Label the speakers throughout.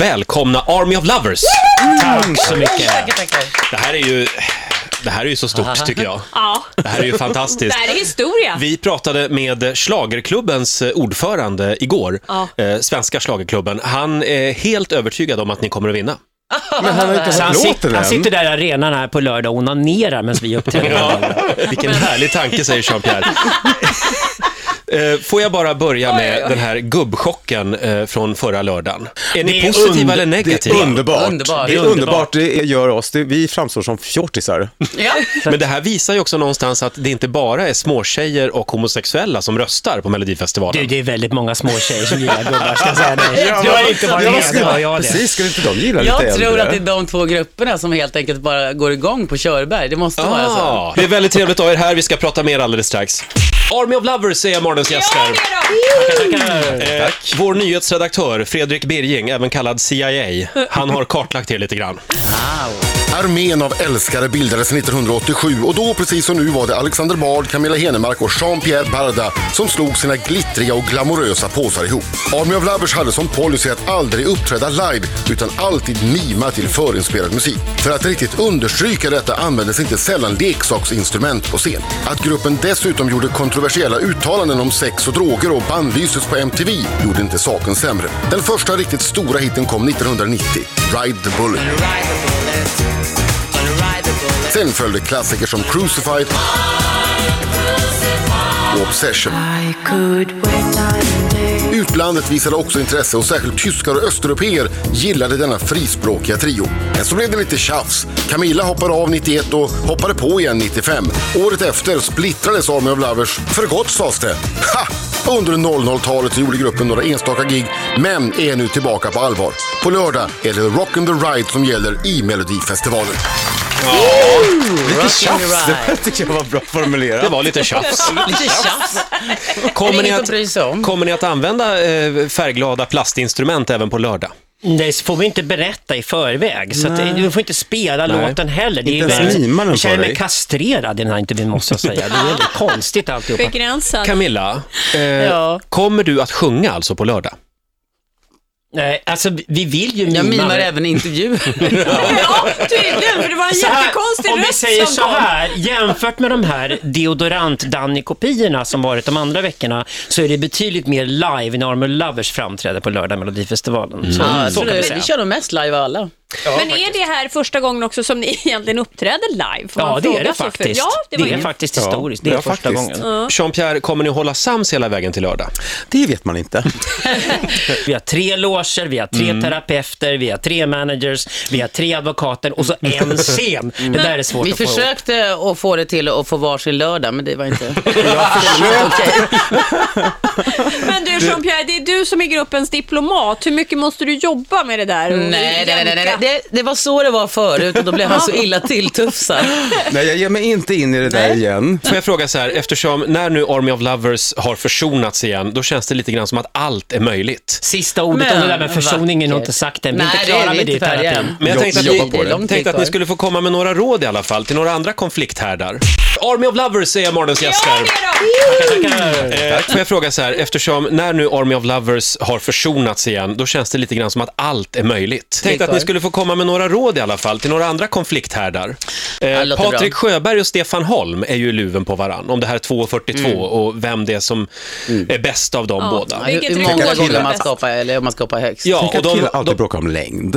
Speaker 1: Välkomna Army of Lovers! Tack så mycket!
Speaker 2: Tackar, tackar.
Speaker 1: Det här är ju, det här är ju så stort tycker jag.
Speaker 3: Ja.
Speaker 1: Det här är ju fantastiskt.
Speaker 3: Det här är historia.
Speaker 1: Vi pratade med Schlagerklubbens ordförande igår,
Speaker 3: Ja.
Speaker 1: eh, Svenska Schlagerklubben. Han är helt övertygad om att ni kommer att vinna.
Speaker 4: Men han har inte
Speaker 2: Så Alltså, han,
Speaker 4: hört
Speaker 2: sit,
Speaker 4: låten
Speaker 2: han
Speaker 4: än.
Speaker 2: sitter där i arenan här på lördag och onanerar medan vi uppträder.
Speaker 1: Vilken härlig tanke, säger Jean-Pierre. Eh, Får jag bara börja med den här gubbchocken eh, från förra lördagen. Är ni
Speaker 2: Det är
Speaker 1: positiva eller
Speaker 4: Det är
Speaker 1: negativa?
Speaker 4: underbart.
Speaker 2: Underbart.
Speaker 4: Det är
Speaker 2: Det är
Speaker 4: underbart. Det gör oss. Det, vi framstår som fjortisar.
Speaker 1: Men det här visar ju också någonstans att det inte bara är småtjejer och homosexuella som röstar på
Speaker 2: Du,
Speaker 1: Melodifestivalen.
Speaker 2: det är väldigt många små tjejer som gillar gubbar, ska jag säga dig.
Speaker 5: Jag
Speaker 2: Du har
Speaker 5: tror
Speaker 2: inte
Speaker 5: också
Speaker 2: varit
Speaker 5: det.
Speaker 2: med,
Speaker 5: Jag
Speaker 2: det har jag det.
Speaker 4: Precis, skulle inte de gilla lite
Speaker 5: Jag tror
Speaker 4: äldre?
Speaker 5: att det är de två grupperna som helt enkelt bara går igång på Körberg. Det måste vara så.
Speaker 1: Ah, det är väldigt trevligt att ha er här. Vi ska prata mer alldeles strax. Army of Lovers är morgonens gäster.
Speaker 3: Ja, det är de.
Speaker 1: Eh, Vår nyhetsredaktör Fredrik Birging, även kallad CIA, han har kartlagt er lite grann.
Speaker 6: Armén av älskare bildades 1987 och då precis som nu var det Alexander Bard, Camilla Henemark och Jean-Pierre Barda som slog sina glittriga och glamorösa påsar ihop. Army of Lovers hade som policy att aldrig uppträda live utan alltid mima till förinspelad musik. För att riktigt understryka detta användes inte sällan leksaksinstrument på scen. Att gruppen dessutom gjorde kontroversiella uttalanden om sex och droger och bannlystes på MTV gjorde inte saken sämre. Den första riktigt stora hitten kom 1990, Ride the Bullet. Sen följde klassiker som Crucified och Obsession. Utlandet visade också intresse och särskilt tyskar och östeuropeer gillade denna frispråkiga trio. Men så blev det lite tjafs. Camilla hoppade av 91 och hoppade på igen 95. Året efter splittrades Army of Lovers för gott sades det. Ha! Under 00-talet gjorde gruppen några enstaka gig, men är nu tillbaka på allvar. På lördag är det Rockin' the Ride som gäller i Melodifestivalen.
Speaker 4: Vilket tjafs!
Speaker 5: Rocking
Speaker 4: Det tycker jag var bra formulerat.
Speaker 1: Det var lite tjafs.
Speaker 5: Lite tjafs.
Speaker 1: Kommer ni
Speaker 5: inget att
Speaker 1: att,
Speaker 5: bry sig om.
Speaker 1: kommer ni att använda eh, färgglada plastinstrument även på lördag?
Speaker 2: Nej, så får vi inte berätta i förväg. Så att, du får inte spela låten heller. Det är
Speaker 4: Inte ens
Speaker 2: väldigt-
Speaker 4: mimar den
Speaker 2: jag känner
Speaker 4: för
Speaker 2: mig
Speaker 4: dig.
Speaker 2: kastrerad i den här intervjun, måste jag säga. Det är väldigt konstigt alltihopa.
Speaker 3: Begränsad.
Speaker 1: Camilla, eh,
Speaker 5: Ja.
Speaker 1: kommer du att sjunga alltså på lördag?
Speaker 2: Nej, alltså vi vill ju mima.
Speaker 5: Jag mimar även intervjuer.
Speaker 3: Ja, tydligen, för det var en
Speaker 2: Så här,
Speaker 3: jättekonstig
Speaker 2: Om vi
Speaker 3: röst
Speaker 2: säger
Speaker 3: som
Speaker 2: så
Speaker 3: kom.
Speaker 2: här, jämfört med de här deodorant-Danny-kopiorna som varit de andra veckorna, så är det betydligt mer live när Armor Lovers framträder på lördag i Melodifestivalen. Så,
Speaker 5: Ja,
Speaker 2: så
Speaker 5: så
Speaker 2: kan vi
Speaker 5: det, Mm. vi
Speaker 2: säga.
Speaker 5: kör nog mest live av alla.
Speaker 3: Men är det här första gången också som ni egentligen uppträder live? Får
Speaker 2: Ja,
Speaker 3: man
Speaker 2: det är
Speaker 3: fråga
Speaker 2: det
Speaker 3: sig för?
Speaker 2: faktiskt.
Speaker 3: Ja, det, var
Speaker 2: är
Speaker 3: ju-
Speaker 2: faktiskt
Speaker 4: Ja,
Speaker 2: historiskt. det är
Speaker 4: ja,
Speaker 2: första
Speaker 4: faktiskt.
Speaker 2: gången.
Speaker 1: Jean-Pierre, kommer ni att hålla sams hela vägen till lördag?
Speaker 4: Det vet man inte.
Speaker 2: Vi har tre loger, vi har tre
Speaker 4: Mm.
Speaker 2: terapeuter, vi har tre managers, vi har tre advokater och så
Speaker 4: Mm.
Speaker 2: en scen. Det där är svårt
Speaker 5: Vi
Speaker 2: att få ihop.
Speaker 5: försökte att få det till att få varsin lördag, men det var inte...
Speaker 3: Men du Jean-Pierre, det är du som är gruppens diplomat. Hur mycket måste du jobba med det där? och
Speaker 5: Nej, nej, nej, nej, nej.
Speaker 3: jämka?
Speaker 5: Det, det var så det var förut och då blev han så illa tilltufsad.
Speaker 4: Nej, jag ger mig inte in i det där igen.
Speaker 1: Får jag fråga så här, eftersom när nu Army of Lovers har försonats igen, då känns det lite grann som att allt är möjligt.
Speaker 2: Sista ordet om det
Speaker 5: Men
Speaker 2: där med försoning är nog inte sagt än. Vi är
Speaker 5: Nej,
Speaker 2: inte
Speaker 5: det är
Speaker 2: klara
Speaker 5: vi
Speaker 2: med det i
Speaker 5: inte färdiga
Speaker 2: terapin.
Speaker 5: än.
Speaker 1: Men jag
Speaker 4: Jag
Speaker 1: tänkte, att
Speaker 4: jobbar
Speaker 1: ni,
Speaker 4: på det.
Speaker 5: Det är lång tid
Speaker 1: tänkte att ni
Speaker 5: kvar.
Speaker 1: skulle få komma med några råd i alla fall till några andra konflikthärdar. Army of Lovers är morgonens gäster.
Speaker 3: Ja, det är de.
Speaker 1: Eh, får jag fråga så här, eftersom när nu Army of Lovers har försonats igen, då känns det lite grann som att allt är möjligt. Tänkte att ni
Speaker 5: kvar.
Speaker 1: skulle få komma med några råd i alla fall till några andra konflikthärdar.
Speaker 5: det
Speaker 1: Eh,
Speaker 5: låter
Speaker 1: Patrik Sjöberg och Stefan Holm är ju i luven på varann, om det här 2.42 och vem det är som är bäst av dem båda.
Speaker 3: Ja,
Speaker 5: Hur,
Speaker 3: Vilket
Speaker 5: hur
Speaker 3: rekord
Speaker 5: många
Speaker 3: är
Speaker 5: gånger man
Speaker 3: bäst?
Speaker 5: skapar, eller om man skapar högst.
Speaker 1: Ja,
Speaker 4: Tänk
Speaker 1: och
Speaker 4: att killar
Speaker 1: de,
Speaker 4: alltid bråkar om längd.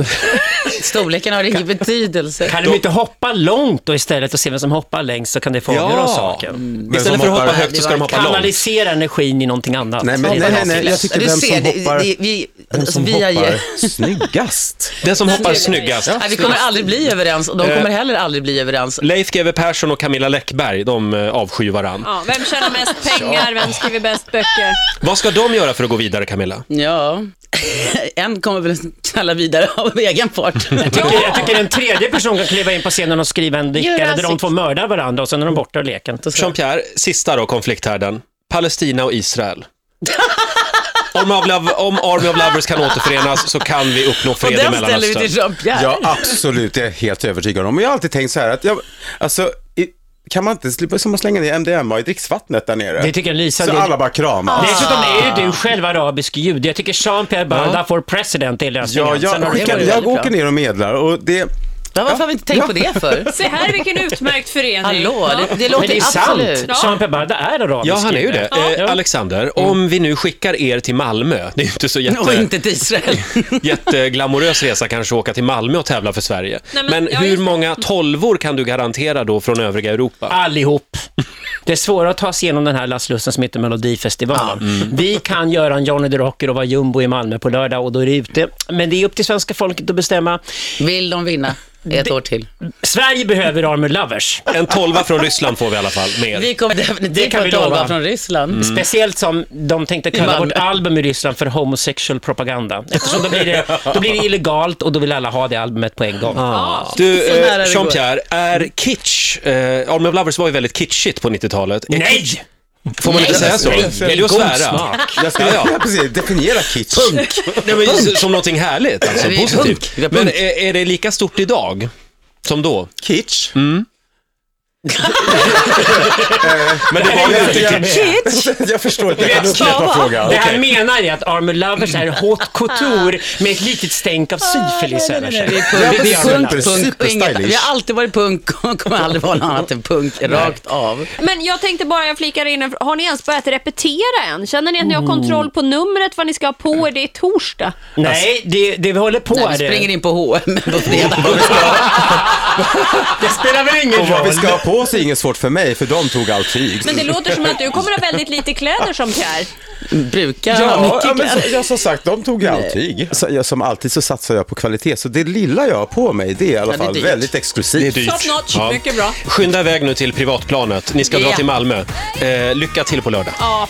Speaker 2: Alltså,
Speaker 5: Storleken har ingen betydelse.
Speaker 2: Kan de inte hoppa långt då istället och se vem som hoppar längst så kan det
Speaker 1: Ja.
Speaker 2: få
Speaker 1: Mm.
Speaker 2: avgöra saken.
Speaker 4: Vem som
Speaker 1: istället för att hoppa
Speaker 4: hoppar-
Speaker 1: högt så ska de hoppa långt.
Speaker 2: Kanalisera energin i någonting annat.
Speaker 4: Nej, men-
Speaker 2: Det
Speaker 4: nej,
Speaker 2: är vad
Speaker 4: nej,
Speaker 5: Eh,
Speaker 2: jag
Speaker 4: nej,
Speaker 2: vill.
Speaker 4: jag tycker
Speaker 5: Du
Speaker 4: vem
Speaker 5: ser,
Speaker 4: som
Speaker 5: det,
Speaker 4: hoppar,
Speaker 5: det, vi,
Speaker 4: vem som
Speaker 5: alltså, vi är,
Speaker 4: hoppar snyggast.
Speaker 1: Den som hoppar snyggast.
Speaker 5: Nej, vi kommer aldrig bli överens och de kommer heller aldrig bli överens.
Speaker 1: Leif GW Persson och Camilla Läckberg, de eh, avskyr varann.
Speaker 3: Ja, vem tjänar mest pengar? Vem skriver bäst böcker?
Speaker 1: Vad ska de göra för att gå vidare, Camilla?
Speaker 5: Ja, en kommer väl knalla vidare av egen fart.
Speaker 2: Jag tycker, jag tycker en tredje person kan kliva in på scenen och skriva en diktare där de två mördar varandra och sen är de borta ur leken.
Speaker 1: Jean-Pierre, sista då, konflikthärden. Palestina och Israel. Om, av love, om Army of Lovers kan återförenas så kan vi uppnå
Speaker 5: Och
Speaker 1: fred i
Speaker 5: den ställer vi
Speaker 1: Mellanöstern.
Speaker 5: till Jean-Pierre.
Speaker 4: Ja, absolut. Det är jag helt övertygad om. Men jag har alltid tänkt så här att jag, alltså, i, kan man inte slippa som att slänga ner MDMA i dricksvattnet där nere?
Speaker 2: Det tycker jag är
Speaker 4: Så
Speaker 2: lysande.
Speaker 4: alla bara kramas.
Speaker 2: Dessutom är ju du själv arabisk jude. Jag tycker Jean-Pierre Barda får president i lösningen.
Speaker 4: Ja,
Speaker 2: Sen
Speaker 4: jag,
Speaker 2: har du-
Speaker 5: det
Speaker 4: skickar,
Speaker 5: varit
Speaker 4: jag
Speaker 5: väldigt
Speaker 4: åker
Speaker 5: bra.
Speaker 4: ner och medlar och det...
Speaker 5: Ja, varför har vi inte tänkt på det för?
Speaker 3: Se här vilken utmärkt förening.
Speaker 5: Hallå,
Speaker 3: Ja.
Speaker 5: det, det
Speaker 2: Men
Speaker 5: låter
Speaker 2: det är
Speaker 5: absolut.
Speaker 2: sant. Jean-Pierre Barda är arabisk
Speaker 1: Ja, han är ju
Speaker 2: jude.
Speaker 1: det.
Speaker 2: Ja.
Speaker 1: Eh, Alexander, om vi nu skickar er till Malmö, det är ju inte så jätte...
Speaker 5: Och inte till Israel.
Speaker 1: jätteglamorös resa kanske att åka till Malmö och tävla för Sverige.
Speaker 3: Nej,
Speaker 1: men
Speaker 3: men- ja,
Speaker 1: hur
Speaker 3: just det.
Speaker 1: många tolvor kan du garantera då från övriga Europa?
Speaker 2: Allihop. Det är svårare att ta sig igenom den här lastlusten som heter Melodifestivalen.
Speaker 1: mm.
Speaker 2: Vi kan göra en Johnny the Rocker och vara jumbo i Malmö på lördag och då är det ute. Men det är upp till svenska folket att bestämma.
Speaker 5: Vill de vinna ett år till?
Speaker 2: Sverige behöver Armor Lovers.
Speaker 1: En tolva från Ryssland får vi i alla fall med er.
Speaker 5: Vi kommer
Speaker 2: Det
Speaker 5: definitivt
Speaker 2: kan
Speaker 5: få
Speaker 2: vi
Speaker 5: tåga
Speaker 2: lova.
Speaker 5: från Ryssland.
Speaker 1: Mm.
Speaker 2: Speciellt som de tänkte kalla
Speaker 5: Malmö.
Speaker 2: vårt album i Ryssland för homosexual propaganda. Eftersom då blir, det, då blir det illegalt och då vill alla ha det albumet på en gång.
Speaker 1: Du,
Speaker 5: Så nära
Speaker 1: eh,
Speaker 5: det
Speaker 1: Jean-Pierre, är kitsch... Eh, Army of Lovers var ju väldigt kitschigt på 90-talet. Är
Speaker 2: Nej!
Speaker 1: kitsch- Får man inte säga så?
Speaker 2: nej,
Speaker 1: Är du att
Speaker 2: god
Speaker 1: svära?
Speaker 2: smak.
Speaker 4: Jag skulle
Speaker 1: Ja, ja.
Speaker 4: ja, precis, definiera kitsch.
Speaker 1: Nej, men, s- som någonting härligt, alltså,
Speaker 5: Vi är
Speaker 1: positivt.
Speaker 5: punk. Vi är punk.
Speaker 1: Men är, är det lika stort idag? Som då? Mm.
Speaker 4: Kitsch?
Speaker 1: Men det var ju inte kitsch.
Speaker 4: Jag förstår inte, jag kan upprepa frågan.
Speaker 2: Det han menar är att Armor Lovers är haute couture med ett litet stänk av syfilis
Speaker 1: Ah,
Speaker 2: över sig.
Speaker 5: Vi är
Speaker 4: Ja,
Speaker 5: punk, vi är
Speaker 4: precis.
Speaker 5: punk,
Speaker 4: Super-
Speaker 5: punk och inget,
Speaker 4: superstylish.
Speaker 5: Vi har alltid varit punk och kommer aldrig vara något annat än punk, rakt av.
Speaker 3: Men jag tänkte bara, jag flikar in en- har ni ens börjat repetera än? Känner ni att ni har kontroll på numret, vad ni ska ha på er? Det är torsdag.
Speaker 2: Nej, det, det vi håller på
Speaker 5: Nej,
Speaker 2: är
Speaker 5: vi springer
Speaker 2: det.
Speaker 5: in på H&M på fredag.
Speaker 2: Det spelar väl ingen
Speaker 4: Och vad vi ska
Speaker 2: roll?
Speaker 4: ha på oss är inget svårt för mig, för de tog allt tyg.
Speaker 3: Men det låter som att du kommer ha väldigt lite kläder som Pierre.
Speaker 5: Brukar ha
Speaker 4: Ja,
Speaker 5: mycket
Speaker 4: ja men
Speaker 5: kläder.
Speaker 4: så, ja, som sagt, de tog ju allt tyg. Så, ja, som alltid så satsar jag på kvalitet, så det lilla jag har på mig, det är i alla
Speaker 5: Ja, det är
Speaker 4: fall
Speaker 5: dyrt.
Speaker 4: väldigt exklusivt.
Speaker 3: Top notch, mycket bra.
Speaker 1: Skynda iväg nu till privatplanet. Ni ska dra
Speaker 5: Ja.
Speaker 1: till Malmö. Eh, lycka till på lördag.
Speaker 3: Ja,